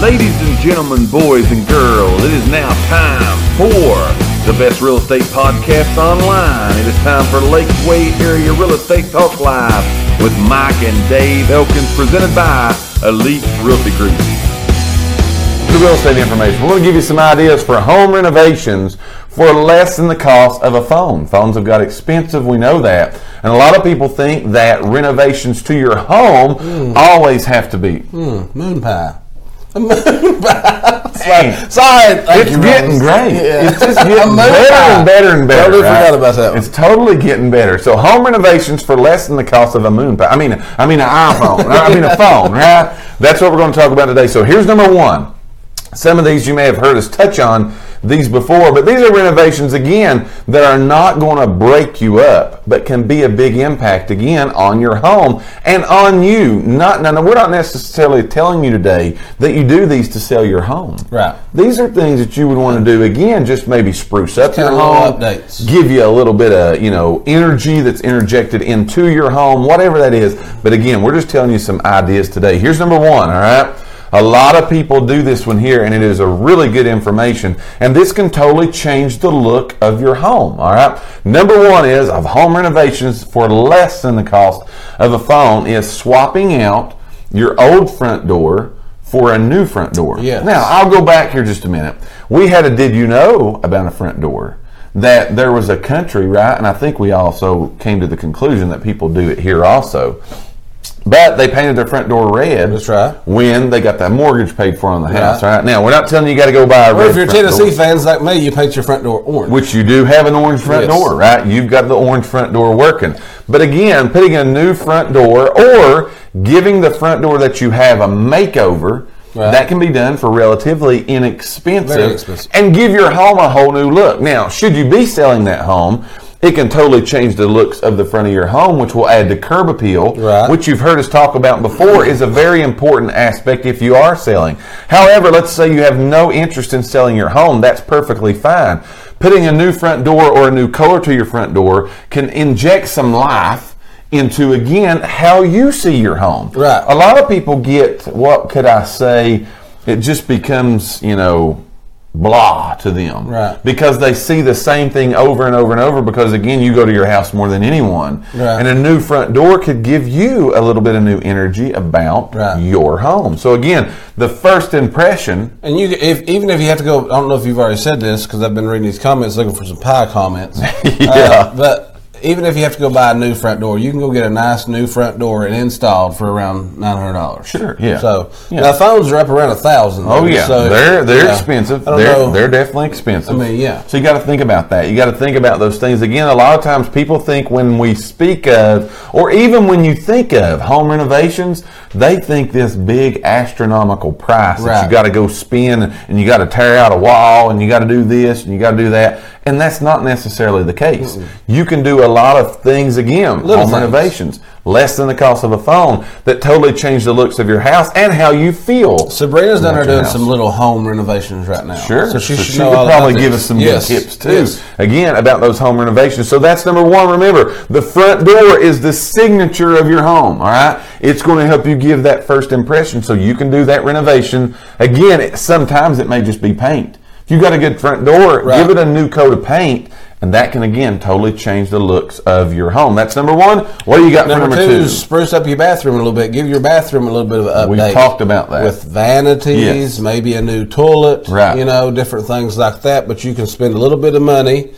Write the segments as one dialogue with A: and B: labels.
A: Ladies and gentlemen, boys and girls, it is now time for the best real estate podcast online. It is time for Lakeway Area Real Estate Talk Live with Mike and Dave Elkins, presented by Elite Realty Group. The real estate information. We're going to give you some ideas for home renovations for less than the cost of a phone. Phones have got expensive, we know that. And a lot of people think that renovations to your home always have to be
B: Hmm. Moon pie. A moon pie.
A: Hey,
B: Sorry. Thank
A: it's
B: you,
A: getting
B: Rollins.
A: great.
B: Yeah.
A: It's just
B: A
A: getting
B: moon
A: better
B: pie.
A: and better and better.
B: Totally
A: right?
B: forgot about that one.
A: It's totally getting better. So home renovations for less than the cost of a moon pie. I mean, I mean an iPhone. I mean a phone. Right? That's what we're going to talk about today. So here's number one. Some of these you may have heard us touch on these before, but these are renovations again that are not going to break you up, but can be a big impact again on your home and on you. Not now, now, we're not necessarily telling you today that you do these to sell your home.
B: Right.
A: These are things that you would want to do again, just maybe spruce up your
B: kinda little
A: home,
B: updates.
A: give you a little bit of you know energy that's interjected into your home, whatever that is. But again, we're just telling you some ideas today. Here's number one. All right. A lot of people do this one here, and it is a really good information. And this can totally change the look of your home. All right. Number one is of home renovations for less than the cost of a phone is swapping out your old front door for a new front door.
B: Yes.
A: Now, I'll go back here just a minute. We had a did you know about a front door that there was a country, right? And I think we also came to the conclusion that people do it here also. But they painted their front door red.
B: That's right.
A: When they got that mortgage paid for on the house, right? Now, we're not telling you you got to go buy a
B: Or
A: red
B: if you're
A: front door.
B: Tennessee fans like me, you paint your front door orange.
A: Which you do have an orange front
B: Yes.
A: door, right? You've got the orange front door working. But again, putting a new front door or giving the front door that you have a makeover.
B: Right.
A: That can be done for relatively inexpensive,
B: Very expensive.
A: and give your home a whole new look. Now, should you be selling that home, it can totally change the looks of the front of your home, which will add to curb appeal,
B: Right.
A: which you've heard us talk about before is a very important aspect if you are selling. However, let's say you have no interest in selling your home, that's perfectly fine. Putting a new front door or a new color to your front door can inject some life into again how you see your home.
B: Right.
A: A lot of people get what could I say? It just becomes, you know, blah to them
B: Right.
A: because they see the same thing over and over and over because again you go to your house more than anyone
B: Right.
A: and a new front door could give you a little bit of new energy about
B: Right.
A: your home so again the first impression
B: And you, if, even if you have to go, I don't know if you've already said this because I've been reading these comments looking for some pie comments. Uh,
A: Yeah.
B: but even if you have to go buy a new front door, you can go get a nice new front door and installed for around nine hundred dollars.
A: Sure, yeah.
B: So
A: Yeah.
B: now phones are up around a thousand.
A: oh yeah
B: So
A: they're they're
B: yeah.
A: expensive
B: I don't
A: they're,
B: know.
A: they're definitely expensive
B: I mean, yeah.
A: so you got to think about that you got to think about those things again a lot of times people think when we speak of or even when you think of home renovations they think this big astronomical price that you
B: Right.
A: got got to go spin and you got to tear out a wall and you got to do this and you got to do that. And that's not necessarily the case. You can do a lot of things again,
B: Little
A: home
B: things.
A: renovations, less than the cost of a phone that totally change the looks of your house and how you feel.
B: Sabrina's down there
A: about your
B: doing
A: house.
B: some little home renovations right now.
A: Sure.
B: So she should know
A: could
B: all
A: probably
B: about
A: give
B: this.
A: us some
B: yes.
A: good tips too.
B: Yes.
A: Again, about those home renovations. So that's number one. Remember, the front door is the signature of your home. All right, it's going to help you give that first impression, so you can do that renovation. Again, it, sometimes it may just be paint. If you got a good front door,
B: Right.
A: give it a new coat of paint. And that can again totally change the looks of your home. That's number one. What do you got
B: Number,
A: for number
B: two, is spruce up your bathroom a little bit. Give your bathroom a little bit of an update.
A: We talked about that.
B: with vanities,
A: Yes.
B: maybe a new toilet,
A: Right.
B: you know, different things like that. But you can spend a little bit of money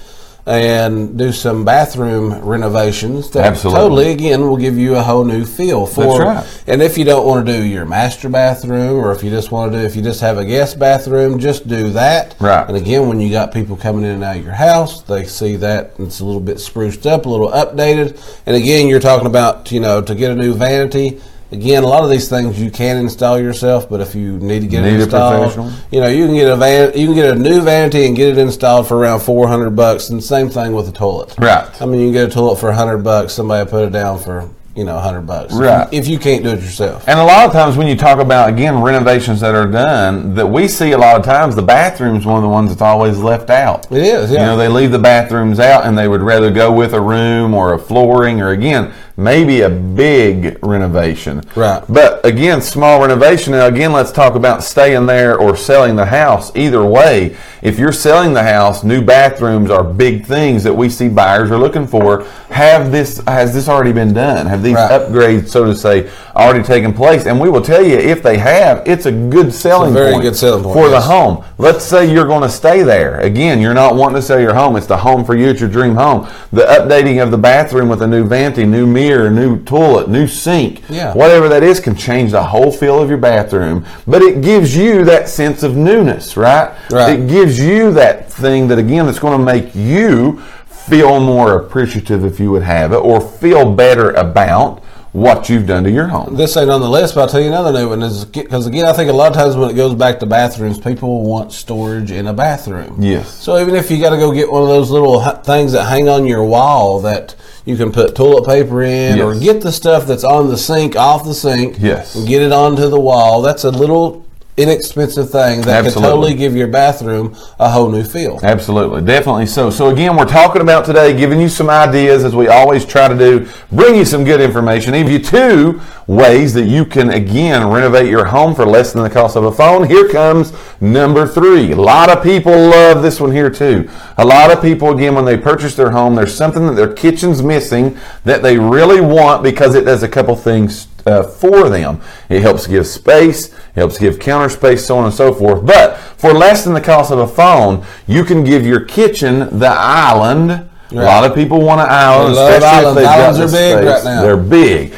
B: and do some bathroom renovations that
A: Absolutely.
B: totally again will give you a whole new feel for
A: right.
B: and if you don't want to do your master bathroom or if you just want to do if you just have a guest bathroom just do that
A: Right.
B: and again when you got people coming in and out of your house they see that and it's a little bit spruced up a little updated and again you're talking about you know to get a new vanity again a lot of these things you can install yourself but if you need to get
A: Need
B: it
A: a
B: installed
A: professional?
B: you know you can get a van you can get a new vanity and get it installed for around 400 bucks and same thing with the toilet
A: Right.
B: i mean you can get a toilet for 100 bucks somebody put it down for you know 100 bucks
A: Right.
B: if you can't do it yourself
A: And a lot of times when you talk about again renovations that are done, that we see a lot of times the bathroom's one of the ones that's always left out.
B: It is, yeah.
A: You know, they leave the bathrooms out and they would rather go with a room or a flooring or again maybe a big renovation.
B: Right.
A: But again, small renovation. Now, again, let's talk about staying there or selling the house. Either way, if you're selling the house, new bathrooms are big things that we see buyers are looking for. Have this has this already been done? Have these
B: Right.
A: upgrades, so to say, already taken place? And we will tell you if they have, it's a good selling
B: very
A: point
B: good selling point,
A: for the
B: yes.
A: home. Let's say you're going to stay there. Again, you're not wanting to sell your home. It's the home for you. It's your dream home. The updating of the bathroom with a new vanity, new mirror, new toilet, new sink,
B: Yeah.
A: whatever that is, can change the whole feel of your bathroom. But it gives you that sense of newness, right?
B: Right.
A: It gives you that thing that again that's going to make you feel more appreciative if you would have it, or feel better about what you've done to your home.
B: This ain't on the list, but I'll tell you another new one is because again, I think a lot of times when it goes back to bathrooms, people want storage in a bathroom.
A: Yes.
B: So even if you got to go get one of those little h- things that hang on your wall that you can put toilet paper in, or
A: Yes.
B: get the stuff that's on the sink off the sink,
A: Yes.
B: and get it onto the wall. That's a little inexpensive thing that could
A: Absolutely.
B: totally give your bathroom a whole new feel.
A: Absolutely, definitely so. So again, we're talking about today, giving you some ideas as we always try to do, bring you some good information, give you two ways that you can again renovate your home for less than the cost of a phone. Here comes number three. A lot of people love this one here too. A lot of people again when they purchase their home, there's something that their kitchen's missing that they really want because it does a couple things uh, for them. It helps give space, helps give counter space, so on and so forth. But for less than the cost of a phone, you can give your kitchen the island. A lot of people want an island,
B: They love
A: especially if
B: islands.
A: they've
B: Islands
A: got
B: are
A: the
B: big
A: space.
B: right now.
A: They're big.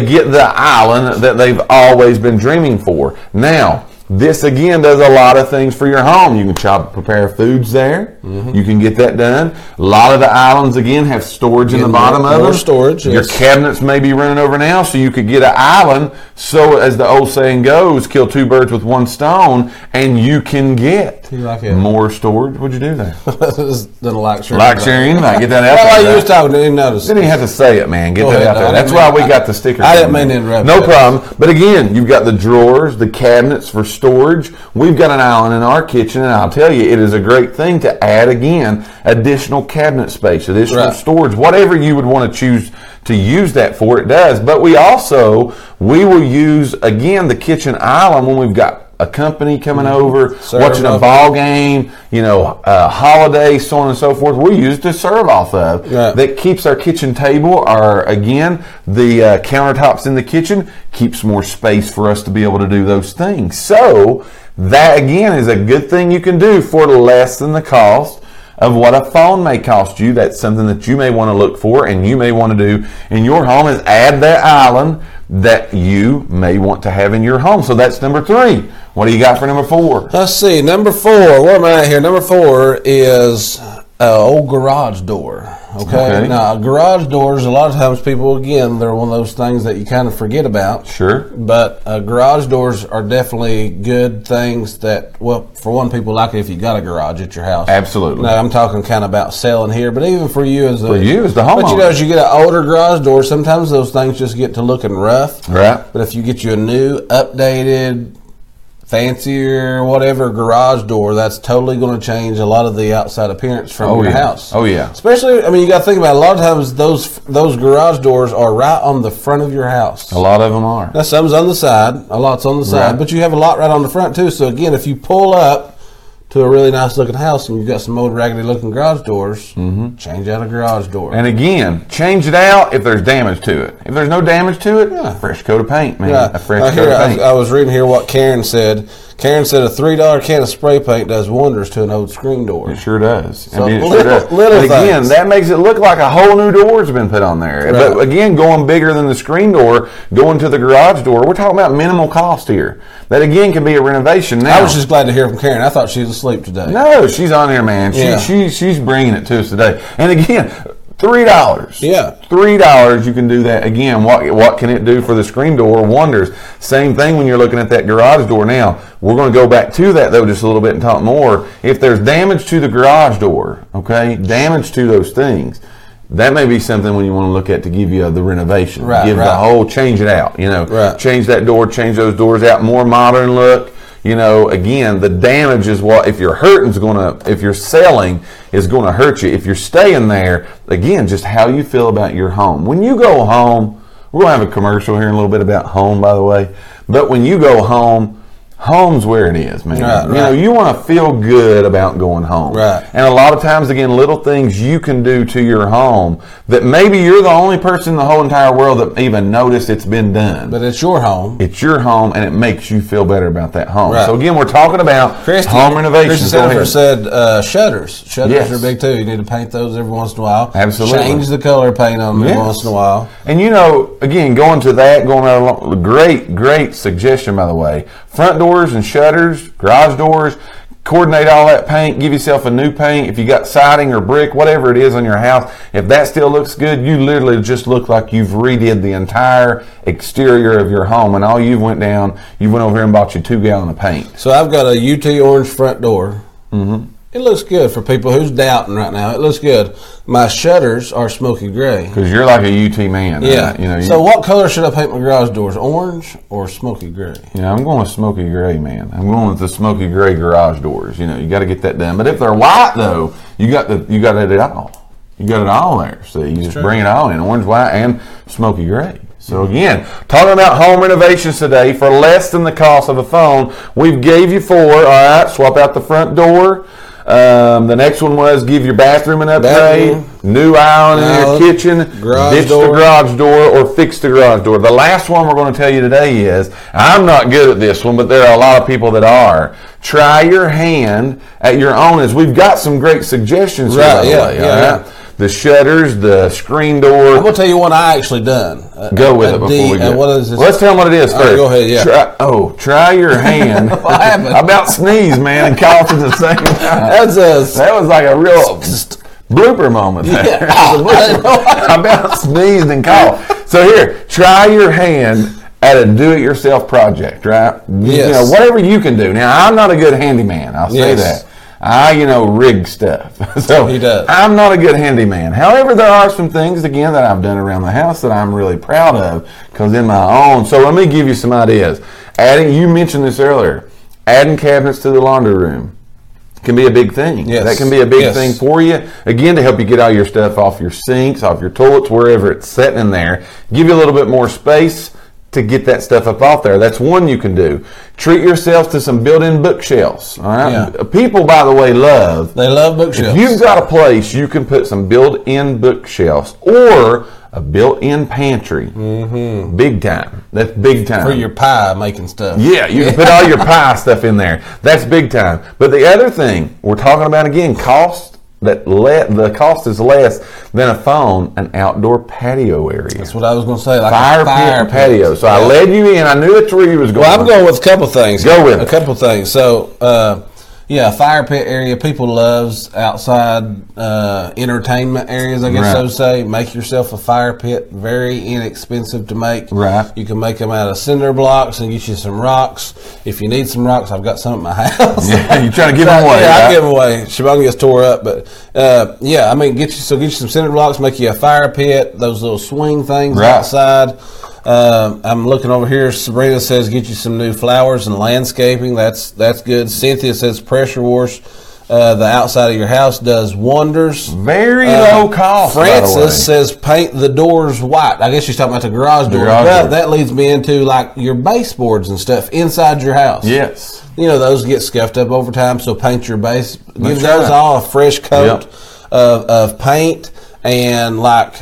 A: They get the island that they've always been dreaming for. Now, this again does a lot of things for your home. You can chop, prepare foods there.
B: Mm-hmm.
A: You can get that done. A lot of the islands again have storage in the
B: Getting
A: bottom
B: more-
A: of
B: more
A: them.
B: storage,
A: Your
B: yes.
A: cabinets may be running over now, so you could get an island. So, as the old saying goes, kill two birds with one stone, and you can get
B: You like it.
A: more storage. Would you do that?
B: Then like sharing.
A: Like sharing, I get that out.
B: Well,
A: there,
B: like you
A: right?
B: was talking, I didn't notice.
A: Didn't even have to say it, man. Get
B: Go
A: that
B: ahead.
A: out there.
B: I
A: That's
B: didn't
A: why
B: mean-
A: we got the sticker.
B: I didn't
A: down
B: mean to
A: there.
B: interrupt
A: No
B: you.
A: problem. But again, you've got the drawers, the cabinets for storage. We've got an island in our kitchen, and I'll tell you, it is a great thing to add again additional cabinet space, additional
B: Right.
A: storage, whatever you would want to choose to use that for. It does. But we also we will use again the kitchen island when we've got. A company coming over,
B: Mm-hmm. Serve
A: watching a
B: up.
A: ball game, you know, uh, holiday, so on and so forth. We use to serve off of
B: Right.
A: that keeps our kitchen table, our again the uh, countertops in the kitchen keeps more space for us to be able to do those things. So that again is a good thing you can do for less than the cost of what a phone may cost you. That's something that you may want to look for and you may want to do in your home is add that island that you may want to have in your home. So that's number three. What do you got for number four?
B: Let's see. Number four. Where am I at here? Number four is an old garage door. Okay?
A: Okay.
B: Now, garage doors, a lot of times people, again, they're one of those things that you kind of forget about.
A: Sure.
B: But uh, garage doors are definitely good things that, well, for one, people like it if you got a garage at your house.
A: Absolutely.
B: Now, I'm talking kind of about selling here, but even for you as a.
A: For you as the
B: But you
A: homeowner.
B: know, as you get an older garage door, sometimes those things just get to looking rough.
A: Right.
B: But if you get you a new, updated, fancier, whatever garage door, that's totally going to change a lot of the outside appearance from
A: Oh,
B: your
A: yeah.
B: house.
A: Oh, yeah.
B: Especially, I mean, you got to think about it, a lot of times those those garage doors are right on the front of your house.
A: A lot of them are.
B: Now, some's on the side, a lot's on the side,
A: Oh. Right.
B: but you have a lot right on the front too. So again, if you pull up to a really nice looking house and you've got some old raggedy looking garage doors,
A: Mm-hmm.
B: change out a garage door.
A: And again, change it out if there's damage to it. If there's no damage to it,
B: Yeah.
A: fresh coat of paint, man.
B: Yeah,
A: A fresh
B: I,
A: coat
B: hear,
A: of
B: I,
A: paint.
B: I was reading here what Karen said. Karen said a three dollar can of spray paint does wonders to an old screen door.
A: it sure does. I
B: So
A: mean, it sure
B: little-
A: does.
B: little
A: but again,
B: things.
A: that makes it look like a whole new door's been put on there. But
B: Right.
A: again, going bigger than the screen door, going to the garage door, we're talking about minimal cost here. That again can be a renovation. Now,
B: I was just glad to hear from Karen. I thought she was asleep today.
A: no, she's on here, man. She,
B: Yeah.
A: she she's bringing it to us today. And again, three dollars.
B: Yeah.
A: three dollars. You can do that again. What what can it do for the screen door? Wonders. Same thing when you're looking at that garage door. Now we're going to go back to that though just a little bit and talk more. If there's damage to the garage door, okay, damage to those things. That may be something when you want to look at to give you the renovation,
B: Right,
A: give the
B: right.
A: whole change it out. You know,
B: Right.
A: change that door, change those doors out, more modern look. You know, again, the damage is what if you're hurting's gonna if you're selling, is going to hurt you if you're staying there. Again, just how you feel about your home. When you go home, we're going to have a commercial here in a little bit about home, by the way. But when you go home, home's where it is, man.
B: Right,
A: You know,
B: right.
A: you want to feel good about going home.
B: Right.
A: And a lot of times, again, little things you can do to your home that maybe you're the only person in the whole entire world that even noticed it's been done.
B: But it's your home.
A: it's your home, and it makes you feel better about that home.
B: Right.
A: So again, we're talking about
B: Christy,
A: home renovations.
B: Christy
A: Go
B: Sanford
A: ahead.
B: said uh, shutters. Shutters
A: Yes.
B: are big too. You need to paint those every once in a while.
A: Absolutely.
B: Change the color paint on them
A: Yes.
B: every once in a while.
A: And you know, again, going to that, going right along, great, great suggestion, by the way. Front doors and shutters, garage doors, coordinate all that paint, give yourself a new paint. If you got siding or brick, whatever it is on your house, if that still looks good, you literally just look like you've redid the entire exterior of your home. And all you went down, you went over here and bought you two gallon of paint.
B: So I've got a UT orange front door. Mm-hmm. It looks good for people who's doubting right now. It looks good. My shutters are smoky gray.
A: Because you're like a UT man. right?
B: Yeah.
A: You know, you-
B: so what color should I paint my garage doors? Orange or smoky gray?
A: Yeah, I'm going with smoky gray, man. I'm going with the smoky gray garage doors. You know, you got to get that done. But if they're white though, you got the you got it all. You got it all there. So you just bring it all in: orange, white, and smoky gray. So again, talking about home renovations today for less than the cost of a phone. We've gave you four. All right, swap out the front door. Um, the next one was give your bathroom an upgrade,
B: Bathroom.
A: new island in
B: Island,
A: your kitchen,
B: garage
A: ditch the
B: door.
A: garage door or fix the garage door. The last one we're going to tell you today is I'm not good at this one, but there are a lot of people that are. Try your hand at your own. As we've got some great suggestions, here,
B: Right,
A: by the
B: yeah,
A: way,
B: yeah,
A: all right?
B: yeah.
A: The shutters, the screen
B: I'm
A: door.
B: gonna tell you one I actually done. A-
A: Go with
B: a
A: it before
B: D-
A: we
B: uh,
A: go.
B: What is this?
A: Let's tell them what it is
B: All right,
A: first.
B: go ahead, yeah.
A: Try, oh, try your hand.
B: What happened?
A: I about sneeze, man, and cough at the same time.
B: That's a
A: That was like a real blooper moment. There.
B: Yeah.
A: I about sneezed and coughed. So here, try your hand at a do-it-yourself project, right? You
B: Yes.
A: know, whatever you can do. Now, I'm not a good handyman. I'll say
B: Yes.
A: that. I, you know, rig stuff. so
B: He does.
A: I'm not a good handyman. However, there are some things again that I've done around the house that I'm really proud of because in my own. So let me give you some ideas. Adding, you mentioned this earlier, adding cabinets to the laundry room can be a big thing.
B: Yes.
A: That can be a big
B: Yes.
A: thing for you. Again, to help you get all your stuff off your sinks, off your toilets, wherever it's sitting in there. Give you a little bit more space to get that stuff up off there. That's one you can do. Treat yourself to some built-in bookshelves. All right.
B: Yeah.
A: People, by the way, love
B: They love bookshelves.
A: if you've got a place, you can put some built-in bookshelves or a built-in pantry. Mm-hmm. Big time. That's big time.
B: for your pie making stuff.
A: yeah, you can put all your pie stuff in there. That's big time. But the other thing we're talking about again, cost that le- the cost is less than a phone, an outdoor patio area.
B: That's what I was gonna say. Like
A: fire,
B: a fire
A: pit patio. So I
B: Yeah.
A: led you in. I knew it's where you was going.
B: Well, I'm going with a couple things.
A: Go with
B: a
A: it.
B: couple things. So, uh, yeah, fire pit area. People loves outside uh, entertainment areas. I guess
A: Right.
B: so to say. Make yourself a fire pit. Very inexpensive to make.
A: Right.
B: You can make them out of cinder blocks and get you some rocks. If you need some rocks, I've got some at my house.
A: Yeah, you're trying to give 'em away,
B: Yeah,
A: right?
B: I give them away. Shabon gets tore up, but uh, yeah, I mean, get you so get you some cinder blocks. Make you a fire pit. Those little swing things
A: Right.
B: outside outside. Um, I'm looking over here. Sabrina says get you some new flowers and landscaping. That's that's good. Cynthia says pressure wash. Uh, the outside of your house does wonders.
A: Very
B: Uh,
A: low cost. by the way.
B: Francis says paint the doors white. I guess she's talking about the garage doors.
A: garage
B: Well,
A: doors.
B: that leads me into like your baseboards and stuff inside your house.
A: yes.
B: You know, those get scuffed up over time, so paint your base. Give
A: That's
B: those
A: right.
B: all a fresh coat
A: Yep.
B: of, of paint. And, like,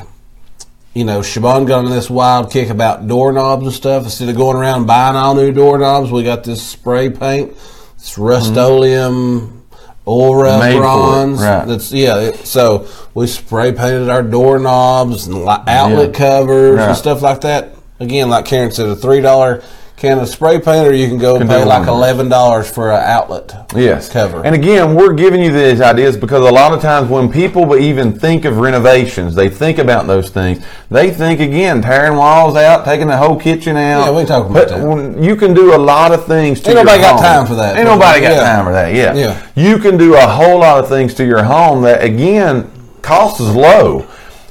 B: you know, Siobhan got on this wild kick about doorknobs and stuff. Instead of going around buying all new doorknobs, we got this spray paint. It's Rust Oleum Aura
A: Mm-hmm. Made for it,
B: Bronze.
A: right.
B: That's yeah. It, so we spray painted our doorknobs and li- outlet
A: Yeah.
B: covers
A: Right.
B: and stuff like that. Again, like Karen said, a three dollar can of spray paint, or you can go
A: Can
B: pay
A: do
B: like
A: one.
B: eleven dollars for an outlet.
A: yes.
B: cover.
A: And again, we're giving you these ideas because a lot of times when people even think of renovations, they think about those things. They think again, tearing walls out, taking the whole kitchen out.
B: Yeah, we ain't talking
A: But
B: about that.
A: when- You can do a lot of things. To
B: Ain't
A: your
B: nobody got
A: home.
B: time for that.
A: Ain't nobody got
B: Yeah.
A: time for that. Yeah.
B: Yeah.
A: You can do a whole lot of things to your home that again cost is low.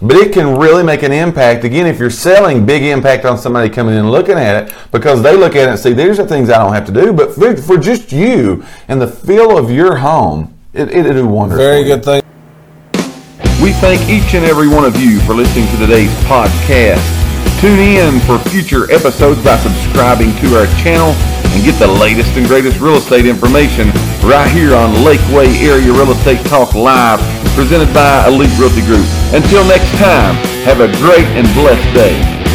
A: But it can really make an impact. Again, if you're selling, big impact on somebody coming in and looking at it because they look at it and see, these are things I don't have to do. But for, for just you and the feel of your home, it, it'll do wonders.
B: Very
A: for you.
B: good thing.
A: We thank each and every one of you for listening to today's podcast. Tune in for future episodes by subscribing to our channel and get the latest and greatest real estate information right here on Lakeway Area Real Estate Talk Live, presented by Elite Realty Group. Until next time, have a great and blessed day.